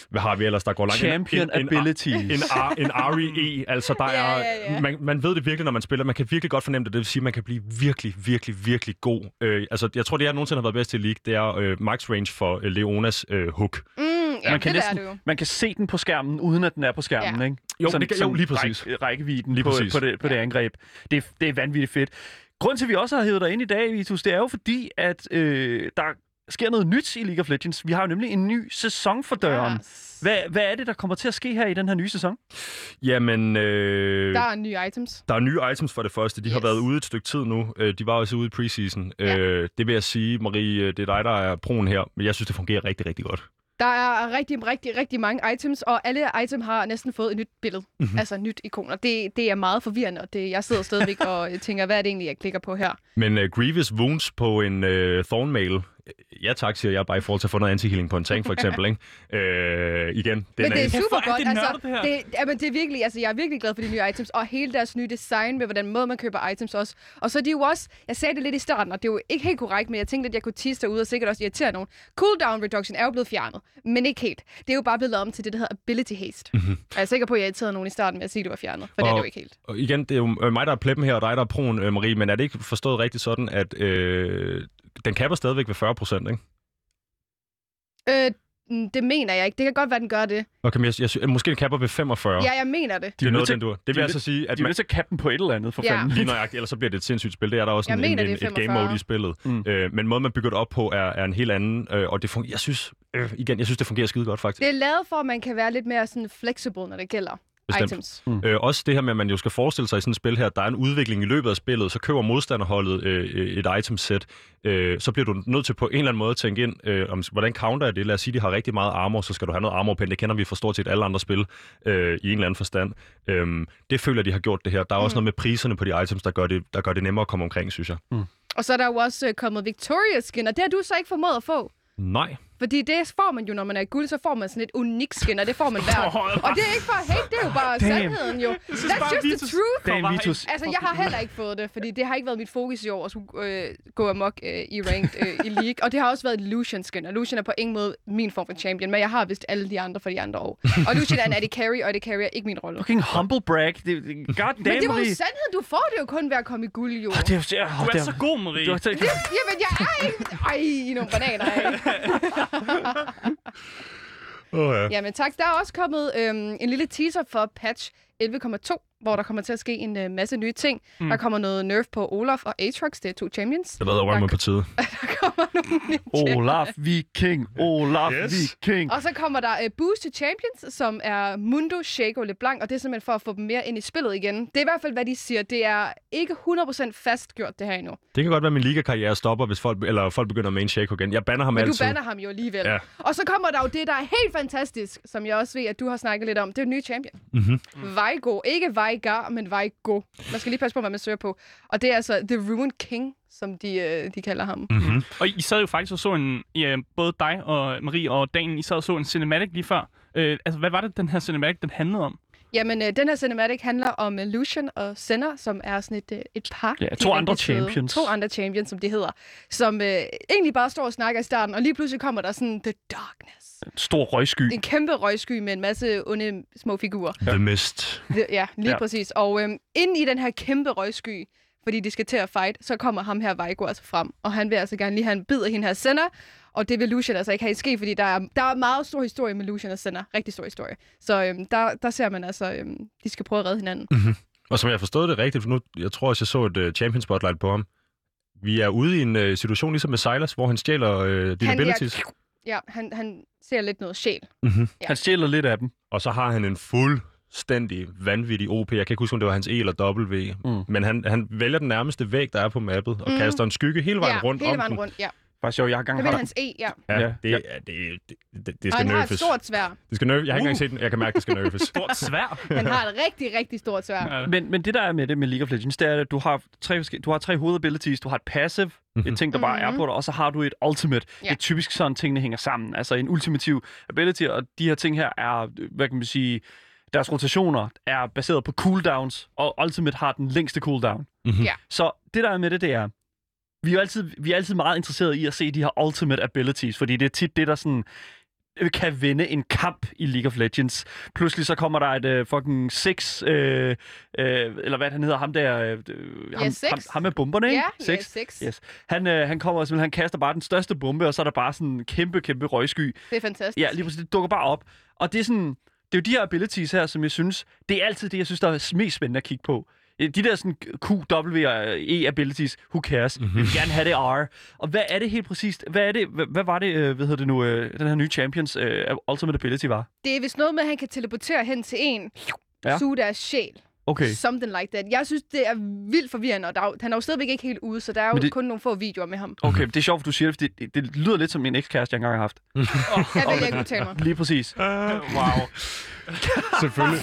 [SPEAKER 6] hvad har vi ellers, der går langt?
[SPEAKER 3] Champion
[SPEAKER 6] en, en, en,
[SPEAKER 3] abilities.
[SPEAKER 6] en, R- en
[SPEAKER 4] (laughs)
[SPEAKER 6] REE, altså der
[SPEAKER 4] Ja,
[SPEAKER 6] er,
[SPEAKER 4] ja, ja.
[SPEAKER 6] Man, man ved det virkelig, når man spiller, man kan virkelig godt fornemme det, det vil sige, man kan blive virkelig, virkelig, virkelig god. Øh, altså, jeg tror, det jeg nogensinde har været bedst til League, det er øh, max range for øh, Leonas øh, hook.
[SPEAKER 4] Mm, ja,
[SPEAKER 3] man, kan
[SPEAKER 4] det næsten... er du.
[SPEAKER 3] næsten, man kan se den på skærmen, uden at den er på skærmen,
[SPEAKER 4] Ja.
[SPEAKER 3] ikke?
[SPEAKER 6] Jo, det kan- jo, lige præcis.
[SPEAKER 3] Ræk, rækkevidden
[SPEAKER 6] Lige
[SPEAKER 3] på,
[SPEAKER 6] præcis.
[SPEAKER 3] på, det, på det angreb. Det, er- det er vanvittigt fedt. Grunden til, at vi også har hævet dig ind i dag, Vitus, det er jo fordi, at øh, der sker noget nyt i League of Legends. Vi har jo nemlig en ny sæson for døren.
[SPEAKER 4] Yes.
[SPEAKER 3] Hvad, hvad er det, der kommer til at ske her i den her nye sæson?
[SPEAKER 6] Jamen, øh,
[SPEAKER 4] Der er nye items.
[SPEAKER 6] Der er nye items for det første. De yes. har
[SPEAKER 4] Yes.
[SPEAKER 6] været ude et stykke tid nu. Øh, De var også ude i preseason.
[SPEAKER 4] Ja.
[SPEAKER 6] Ja. Det vil jeg sige, Marie, øh, det er dig, der er proen her. Men jeg synes, det fungerer rigtig, rigtig godt.
[SPEAKER 4] Der er rigtig, rigtig, rigtig mange items, og alle item har næsten fået et nyt billede. Mm-hmm. Altså nyt ikoner. Det, det er meget forvirrende, og det, jeg sidder stadigvæk og øh, tænker, hvad er det egentlig, jeg klikker på her?
[SPEAKER 6] Men uh, Grievous Wounds på en uh, Thornmail. Øh, Ja tak, siger jeg bare i forhold til at få noget anti-healing på en tank, for eksempel. Ikke? Uh, igen, den
[SPEAKER 4] Men det er
[SPEAKER 5] Kæft,
[SPEAKER 4] super
[SPEAKER 5] hvor er
[SPEAKER 4] godt.
[SPEAKER 5] det nørdet, det her.
[SPEAKER 4] altså, det, jamen, det er virkelig, altså, jeg er virkelig glad for de nye items, og hele deres nye design med, hvordan måde man køber items også. Og så er de jo også, jeg sagde det lidt i starten, og det er jo ikke helt korrekt, men jeg tænkte, at jeg kunne tease derude og sikkert også irritere nogen. Cooldown reduction er jo blevet fjernet, men ikke helt. Det er jo bare blevet lavet om til det, der hedder ability haste. Mm-hmm. Og jeg er sikker på, at jeg irriterede nogen i starten med at sige, at det var fjernet, for det er det
[SPEAKER 6] Og-
[SPEAKER 4] jo ikke helt.
[SPEAKER 6] Og igen, det er jo øh, mig, der er pleppen her, og dig, der er proen, øh, Marie. Men er det ikke forstået rigtigt sådan, at øh, den kapper stadigvæk ved 40 procent, ikke?
[SPEAKER 4] Øh, mm, det mener jeg ikke. Det kan godt være, den gør det.
[SPEAKER 6] Okay, men jeg, jeg, sy- måske den kapper ved 45.
[SPEAKER 4] Ja, jeg mener det.
[SPEAKER 6] Det er
[SPEAKER 3] nødt
[SPEAKER 6] noget,
[SPEAKER 3] til-
[SPEAKER 6] den du Det
[SPEAKER 3] de
[SPEAKER 6] vil
[SPEAKER 3] er
[SPEAKER 6] altså sige, at
[SPEAKER 3] De er nødt til at kappe den på et eller andet, for
[SPEAKER 4] Ja.
[SPEAKER 3] fanden.
[SPEAKER 6] Lige nøjagtigt, ellers så bliver det et sindssygt spil. Det er der også
[SPEAKER 4] Jeg
[SPEAKER 6] en,
[SPEAKER 4] mener,
[SPEAKER 6] en,
[SPEAKER 4] det er
[SPEAKER 6] et game
[SPEAKER 4] 45.
[SPEAKER 6] mode i spillet.
[SPEAKER 3] Mm.
[SPEAKER 6] Mm. Øh, men måden, man bygger det op på, er, er en helt anden. Øh, og det fungerer, jeg synes, øh, igen, jeg synes, det fungerer skide godt, faktisk.
[SPEAKER 4] Det er lavet for, at man kan være lidt mere sådan flexible, når det gælder
[SPEAKER 6] Bestemt.
[SPEAKER 4] items.
[SPEAKER 6] Øh, også det her med, at man jo skal forestille sig i sådan et spil her, at der er en udvikling i løbet af spillet, så køber modstanderholdet øh, et itemsæt, øh, så bliver du nødt til på en eller anden måde at tænke ind, øh, om, hvordan counter jeg det? Lad os sige, de har rigtig meget armor, så skal du have noget armor pen. Det kender vi fra stort set alle andre spil øh, i en eller anden forstand. Øh, det føler jeg, de har gjort det her. Der er
[SPEAKER 4] Mm.
[SPEAKER 6] også noget med priserne på de items, der gør det, der gør det nemmere at komme omkring, synes jeg.
[SPEAKER 4] Og så er der jo også øh, kommet Victoria skin, og det har du så ikke formået at få.
[SPEAKER 6] Nej.
[SPEAKER 4] Fordi det får man jo, når man er i guld, så får man sådan et unik skin, og det får man hver.
[SPEAKER 5] Åh,
[SPEAKER 4] Og det er ikke for at hate, det er jo bare
[SPEAKER 3] Damn.
[SPEAKER 4] sandheden jo.
[SPEAKER 5] bare,
[SPEAKER 4] That's just the
[SPEAKER 5] Vitus-
[SPEAKER 4] truth.
[SPEAKER 3] Dagen Vitus.
[SPEAKER 4] Altså, jeg har heller ikke fået det, fordi det har ikke været mit fokus i år at skulle øh, gå amok øh, i ranked øh, i league. Og det har også været Lucian skin, og Lucian er på ingen måde min form for champion, men jeg har vist alle de andre for de andre år. Og Lucian er en Eddie Carry, og Eddie Carry er ikke min rolle.
[SPEAKER 3] Fucking humble brag. Det, det, God damn,
[SPEAKER 4] Men det var jo
[SPEAKER 3] Marie.
[SPEAKER 4] sandheden, du får det jo kun ved at komme i guld, jo.
[SPEAKER 3] Åh, det er,
[SPEAKER 5] Du
[SPEAKER 3] oh,
[SPEAKER 5] er så god, Marie.
[SPEAKER 3] Du er, det,
[SPEAKER 4] Jamen, jeg er ikke... Ej, I er nogle bananer. Ej.
[SPEAKER 6] Oh, ja.
[SPEAKER 4] Jamen tak. Der er også kommet øhm, en lille teaser for patch 11,2, hvor der kommer til at ske en øh, masse nye ting. Mm. Der kommer noget nerf på Olaf og Aatrox, det er to champions.
[SPEAKER 6] Jeg ved, at Rømme på tide.
[SPEAKER 4] Der kommer nogle nye ting.
[SPEAKER 3] Olaf Viking. Olaf
[SPEAKER 6] Yes.
[SPEAKER 3] Viking.
[SPEAKER 4] Og så kommer der øh, boost til champions, som er Mundo, Shaco og LeBlanc, og det er simpelthen for at få dem mere ind i spillet igen. Det er i hvert fald, hvad de siger. Det er ikke 100% fastgjort, det her endnu.
[SPEAKER 6] Det kan godt være, at min ligakarriere stopper, hvis folk, eller folk begynder at main shake igen. Jeg banner ham
[SPEAKER 4] Men du
[SPEAKER 6] altid.
[SPEAKER 4] banner ham jo alligevel.
[SPEAKER 6] Ja.
[SPEAKER 4] Og så kommer der jo det, der er helt fantastisk, som jeg også ved, at du har snakket lidt om. Det er jo den nye champion.
[SPEAKER 3] Mhm.
[SPEAKER 4] Mm-hmm. Vejgo. Ikke Vejgar, men Vejgo. Man skal lige passe på, hvad man søger på. Og det er altså The Ruined King, som de, øh, de kalder ham. Mm.
[SPEAKER 5] Og I sad jo faktisk og så en, ja, både dig og Marie og Daniel, I sad og så en cinematic lige før. Øh, altså, hvad var det, den her cinematic, den handlede om?
[SPEAKER 4] Jamen, øh, den her cinematic handler om uh, Lucian og Senna, som er sådan et, øh, et par.
[SPEAKER 3] Ja,
[SPEAKER 4] De
[SPEAKER 3] to
[SPEAKER 4] er
[SPEAKER 3] andre
[SPEAKER 4] rigtig søde.
[SPEAKER 3] champions.
[SPEAKER 4] To andre champions, som de hedder. Som øh, egentlig bare står og snakker i starten, og lige pludselig kommer der sådan The Darkness.
[SPEAKER 3] Stor røgsky.
[SPEAKER 4] En kæmpe røgsky med en masse onde små figurer.
[SPEAKER 6] The Mist.
[SPEAKER 4] Det- Ja, lige
[SPEAKER 3] Ja.
[SPEAKER 4] ja. præcis. Og øhm, ind i den her kæmpe røgsky, fordi de skal til at fight, så kommer ham her Vejgo altså frem. Og han vil altså gerne lige have en bid af hende her sender. Og det vil Lucian altså ikke have i ske, fordi der er, der er meget stor historie med Lucian og sender. Rigtig stor historie. Så øhm, der, der ser man altså, øhm, de skal prøve at redde hinanden.
[SPEAKER 6] Og som jeg forstod det rigtigt, for nu, jeg tror også, jeg så et uh, champion spotlight på ham. Vi er ude i en uh, situation ligesom med Silas, hvor han stjæler uh, dine
[SPEAKER 4] han,
[SPEAKER 6] abilities,
[SPEAKER 4] er, ja, han, han ser lidt noget sjæl.
[SPEAKER 3] Han stjæler lidt af dem.
[SPEAKER 6] og så har han en fuldstændig vanvittig OP. Jeg kan ikke huske, om det var hans E eller W, mm. men han, han vælger den nærmeste væg, der er på mappet, og mm. kaster en skygge hele vejen
[SPEAKER 4] ja,
[SPEAKER 6] rundt
[SPEAKER 4] hele
[SPEAKER 6] om
[SPEAKER 4] vejen
[SPEAKER 6] den.
[SPEAKER 4] rundt, ja.
[SPEAKER 3] Bare sjovt, jeg har gang
[SPEAKER 4] Jeg vil hans E, ja.
[SPEAKER 6] Ja,
[SPEAKER 3] Ja.
[SPEAKER 6] det, er- det, det, det,
[SPEAKER 4] Og
[SPEAKER 6] det skal
[SPEAKER 4] han har et
[SPEAKER 6] nerfes.
[SPEAKER 4] stort Uh. svær.
[SPEAKER 6] Det skal nerf. Jeg har ikke engang set den. Jeg kan mærke,
[SPEAKER 4] (laughs)
[SPEAKER 6] det skal nerfes.
[SPEAKER 5] Stort svær.
[SPEAKER 4] Han har et rigtig, rigtig stort svær.
[SPEAKER 3] Men, men det der er med det med League of Legends, det er, at du har tre, forskellige- du har tre hovedabilities. Du har et passive, mm-hmm. et ting, der bare er på dig, og så har du et ultimate.
[SPEAKER 4] Ja.
[SPEAKER 3] Det er typisk sådan, tingene hænger sammen. Altså en ultimativ ability, og de her ting her er, øh, hvad kan man sige, deres rotationer er baseret på cooldowns, og ultimate har den længste cooldown.
[SPEAKER 6] Mhm.
[SPEAKER 4] Ja.
[SPEAKER 3] Så det der er med det, det er, vi er, jo altid, vi er altid meget interesserede i at se de her ultimate abilities, fordi det er tit det, der sådan øh, kan vinde en kamp i League of Legends. Pludselig så kommer der et øh, fucking 6, øh, øh, eller hvad han hedder, ham der, øh, ham,
[SPEAKER 4] Six.
[SPEAKER 3] ham, ham med bomberne, ikke?
[SPEAKER 4] Ja, ja,
[SPEAKER 3] Six.
[SPEAKER 4] seks.
[SPEAKER 3] Yes. Han, øh, han kommer og simpelthen, han kaster bare den største bombe, og så er der bare sådan en kæmpe, kæmpe røgsky.
[SPEAKER 4] Det er fantastisk.
[SPEAKER 3] Ja, lige præcis, det dukker bare op. Og det er sådan, det er jo de her abilities her, som jeg synes, det er altid det, jeg synes, der er mest spændende at kigge på. Øh, De der sådan Q, W og E abilities, who cares? Mm-hmm. Vi vil gerne have det R. Og hvad er det helt præcist? Hvad er det, hvad, hvad var det, øh, hvad hedder det nu, øh, den her nye Champions øh, Ultimate Ability var?
[SPEAKER 4] Det er vist noget med, at han kan teleportere hen til en,
[SPEAKER 3] Ja.
[SPEAKER 4] ja. suge deres sjæl.
[SPEAKER 3] Okay.
[SPEAKER 4] Something like that. Jeg synes, det er vildt forvirrende, og der er, jo- han er jo stadigvæk ikke helt ude, så der er jo
[SPEAKER 3] Men det-
[SPEAKER 4] det... kun nogle få videoer
[SPEAKER 3] (laughs)
[SPEAKER 4] med ham.
[SPEAKER 3] Okay, det er sjovt, du siger det, fordi det, det lyder lidt som en ekskæreste, jeg engang har haft.
[SPEAKER 4] Jeg vil ikke
[SPEAKER 3] (laughs)
[SPEAKER 4] udtale mig.
[SPEAKER 3] Lige præcis.
[SPEAKER 5] wow.
[SPEAKER 6] Selvfølgelig.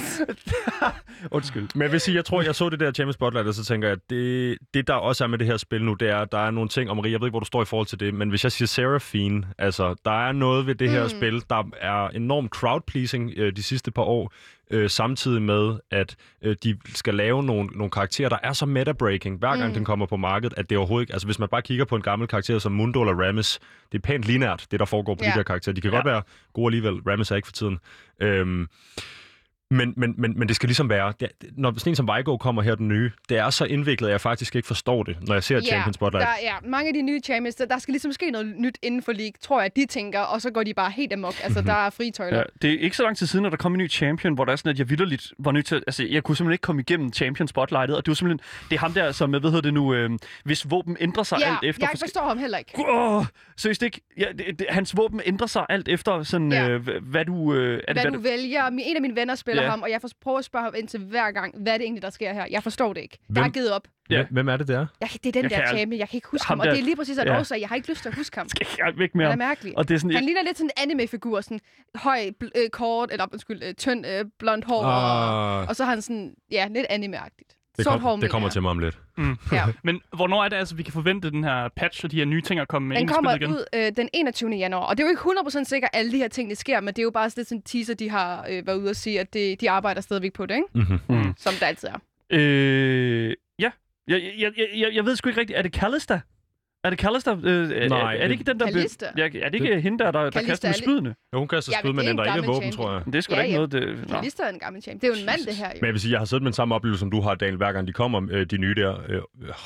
[SPEAKER 3] Undskyld.
[SPEAKER 6] Men jeg vil sige, jeg tror, jeg så det der Champions Spotlight, og så tænker jeg, at det, det der også er med det her spil nu, det er, at der er nogle ting, og Marie, jeg ved ikke, hvor du står i forhold til det, men hvis jeg siger Seraphine, altså, der er noget ved det her mm. spil, der er enormt crowd-pleasing øh, de sidste par år, øh, samtidig med, at øh, de skal lave nogle, nogle karakterer, der er så meta-breaking, hver gang mm. den kommer på markedet, at det overhovedet ikke, altså hvis man bare kigger på en gammel karakter som Mundo eller Rammes, det er pænt linært, det der foregår på ja.
[SPEAKER 4] Ja.
[SPEAKER 6] de der karakterer. De kan ja. godt være gode alligevel, Rammes er ikke for tiden. Øhm, men, men, men, men det skal ligesom være, det, det- når sådan en som Vejgaard kommer her, den nye, det er så indviklet, at jeg faktisk ikke forstår det, når jeg ser yeah, Champions Spotlight.
[SPEAKER 4] der, ja, mange af de nye champions, der, der skal ligesom ske noget nyt inden for league, tror jeg, de tænker, og så går de bare helt amok. Altså, der er fritøjler.
[SPEAKER 3] Mhm. Ja, det er ikke så lang tid siden, at der kom en ny champion, hvor der er sådan, at jeg vidderligt var nødt til... at- Altså, jeg kunne simpelthen ikke komme igennem champion spotlightet, og det er jo simpelthen... Det er ham der, som, hvad hedder det nu, øh, hvis våben ændrer sig alt efter...
[SPEAKER 4] jeg forstår ham heller ikke.
[SPEAKER 3] Åh, seriøst ikke? Ja, det, det, hans våben ændrer sig alt efter, sådan,
[SPEAKER 4] Ja.
[SPEAKER 3] øh, hva- hvad du... Øh, er det,
[SPEAKER 4] Hvad du vælger. Min- En af mine venner spiller eller
[SPEAKER 3] Ja.
[SPEAKER 4] ham, og jeg får- prøver at spørge ham indtil hver gang, hvad er det egentlig, der sker her. Jeg forstår det ikke. Jeg har
[SPEAKER 6] Hvem-
[SPEAKER 4] givet op.
[SPEAKER 3] Ja.
[SPEAKER 6] Ja. Hvem er det, der?
[SPEAKER 4] Jeg, kan- det er den
[SPEAKER 3] Jeg
[SPEAKER 4] jeg
[SPEAKER 3] kan
[SPEAKER 4] der
[SPEAKER 3] al-
[SPEAKER 4] champion, jeg kan ikke huske
[SPEAKER 3] Ham
[SPEAKER 4] ham, og
[SPEAKER 3] der-
[SPEAKER 4] det er lige præcis en
[SPEAKER 3] ja.
[SPEAKER 4] ja. årsag, jeg har ikke lyst til at huske ham.
[SPEAKER 3] Jeg (laughs) væk med
[SPEAKER 4] Han er
[SPEAKER 3] ham.
[SPEAKER 4] mærkelig.
[SPEAKER 3] Og det er sådan,
[SPEAKER 4] Han
[SPEAKER 3] jeg,
[SPEAKER 4] ligner lidt sådan en anime-figur, sådan høj, bl- øh, kort, eller undskyld, øh, tynd, øh, blond hår, og,
[SPEAKER 6] Ah,
[SPEAKER 4] og så har han sådan, ja, lidt anime-agtigt.
[SPEAKER 6] det,
[SPEAKER 4] Sort hår,
[SPEAKER 6] kom, det kommer
[SPEAKER 4] mener
[SPEAKER 6] til mig om lidt.
[SPEAKER 4] jeg.
[SPEAKER 6] (laughs)
[SPEAKER 4] Ja.
[SPEAKER 5] Mm. Men hvornår er det altså, vi kan forvente den her patch og de her nye ting at komme med
[SPEAKER 4] Den
[SPEAKER 5] ind i
[SPEAKER 4] kommer
[SPEAKER 5] spillet igen?
[SPEAKER 4] ud øh, den 21. januar, og det er jo ikke 100% sikkert, at alle de her ting, der sker, men det er jo bare sådan lidt sådan en teaser, de har øh, været ude og sige, at det, de arbejder stadigvæk på det, ikke?
[SPEAKER 6] Mm-hmm.
[SPEAKER 3] Mm.
[SPEAKER 4] Som det altid er.
[SPEAKER 3] øh, ja. Jeg, jeg, jeg, jeg, jeg ved sgu ikke rigtigt. Er det Callista? Er det Callista? Øh, er, er, er det
[SPEAKER 6] det-
[SPEAKER 3] ikke den, der... blev-
[SPEAKER 4] Kalista.
[SPEAKER 3] Ja, er det ikke hende, der, der, der
[SPEAKER 4] Kalista
[SPEAKER 3] kaster med
[SPEAKER 4] er lidt-
[SPEAKER 3] spydene?
[SPEAKER 6] Jo, hun altså kaster
[SPEAKER 4] Ja,
[SPEAKER 6] skud,
[SPEAKER 4] men
[SPEAKER 6] men
[SPEAKER 4] det er en
[SPEAKER 6] der ikke er
[SPEAKER 4] gammel
[SPEAKER 6] våben,
[SPEAKER 4] champion.
[SPEAKER 6] tror jeg.
[SPEAKER 3] Det er sgu da
[SPEAKER 4] Ja,
[SPEAKER 3] ikke
[SPEAKER 4] ja.
[SPEAKER 3] noget... Det, nå.
[SPEAKER 4] Kalista er en gammel champ. Det er jo en mand, det her,
[SPEAKER 6] Men jeg
[SPEAKER 4] jo.
[SPEAKER 6] vil sige, jeg har siddet med den samme oplevelse, som du har, Daniel, hver gang de kommer, øh, de nye der. Øh, øh,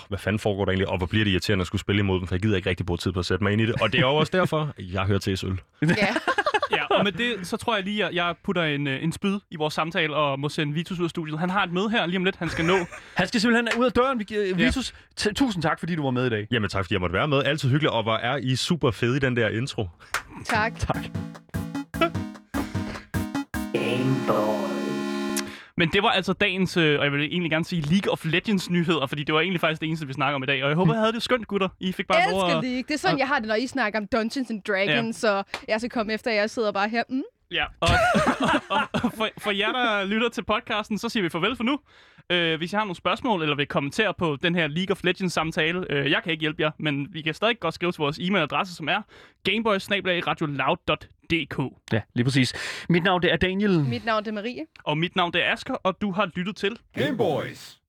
[SPEAKER 6] hvad fanden foregår der egentlig? Og hvor bliver det irriterende at skulle spille imod dem, for jeg gider ikke rigtig bruge tid på at sætte mig ind i det. Og det er jo også derfor, (laughs) jeg hører til Søl.
[SPEAKER 4] Ja.
[SPEAKER 6] (laughs)
[SPEAKER 5] Ja, og med det, så tror jeg lige, at jeg putter en, øh, en spyd i vores samtale og må sende Vitus ud af studiet. Han har et møde her lige om lidt, han skal nå.
[SPEAKER 3] Han skal simpelthen ud af døren. Vi giver, Vitus, t- tusind tak, fordi du var med i dag.
[SPEAKER 6] Jamen tak, fordi jeg måtte være med. Altid hyggeligt, og hvor er I super fede i den der intro.
[SPEAKER 4] Tak.
[SPEAKER 3] Tak.
[SPEAKER 2] Game Boys.
[SPEAKER 5] Men det var altså dagens, øh, og jeg vil egentlig gerne sige League of Legends nyheder, fordi det var egentlig faktisk det eneste, vi snakker om i dag. Og jeg håber, I havde det skønt, gutter. I fik bare lov
[SPEAKER 4] Elsker
[SPEAKER 5] at-
[SPEAKER 4] League. Det er sådan, jeg har det, når I snakker om Dungeons and Dragons, så jeg skal komme efter, jer jeg sidder bare her. Mm.
[SPEAKER 5] Ja, og, og, og for, for jer, der lytter til podcasten, så siger vi farvel for nu. Øh, hvis I har nogle spørgsmål, eller vil kommentere på den her League of Legends samtale, øh, jeg kan ikke hjælpe jer, men vi kan stadig godt skrive til vores e-mailadresse, som er gameboys
[SPEAKER 3] Ja, lige præcis. Mit navn det er Daniel.
[SPEAKER 4] Mit navn det er Marie.
[SPEAKER 5] Og mit navn det er Asker, og du har lyttet til
[SPEAKER 1] Game Boys.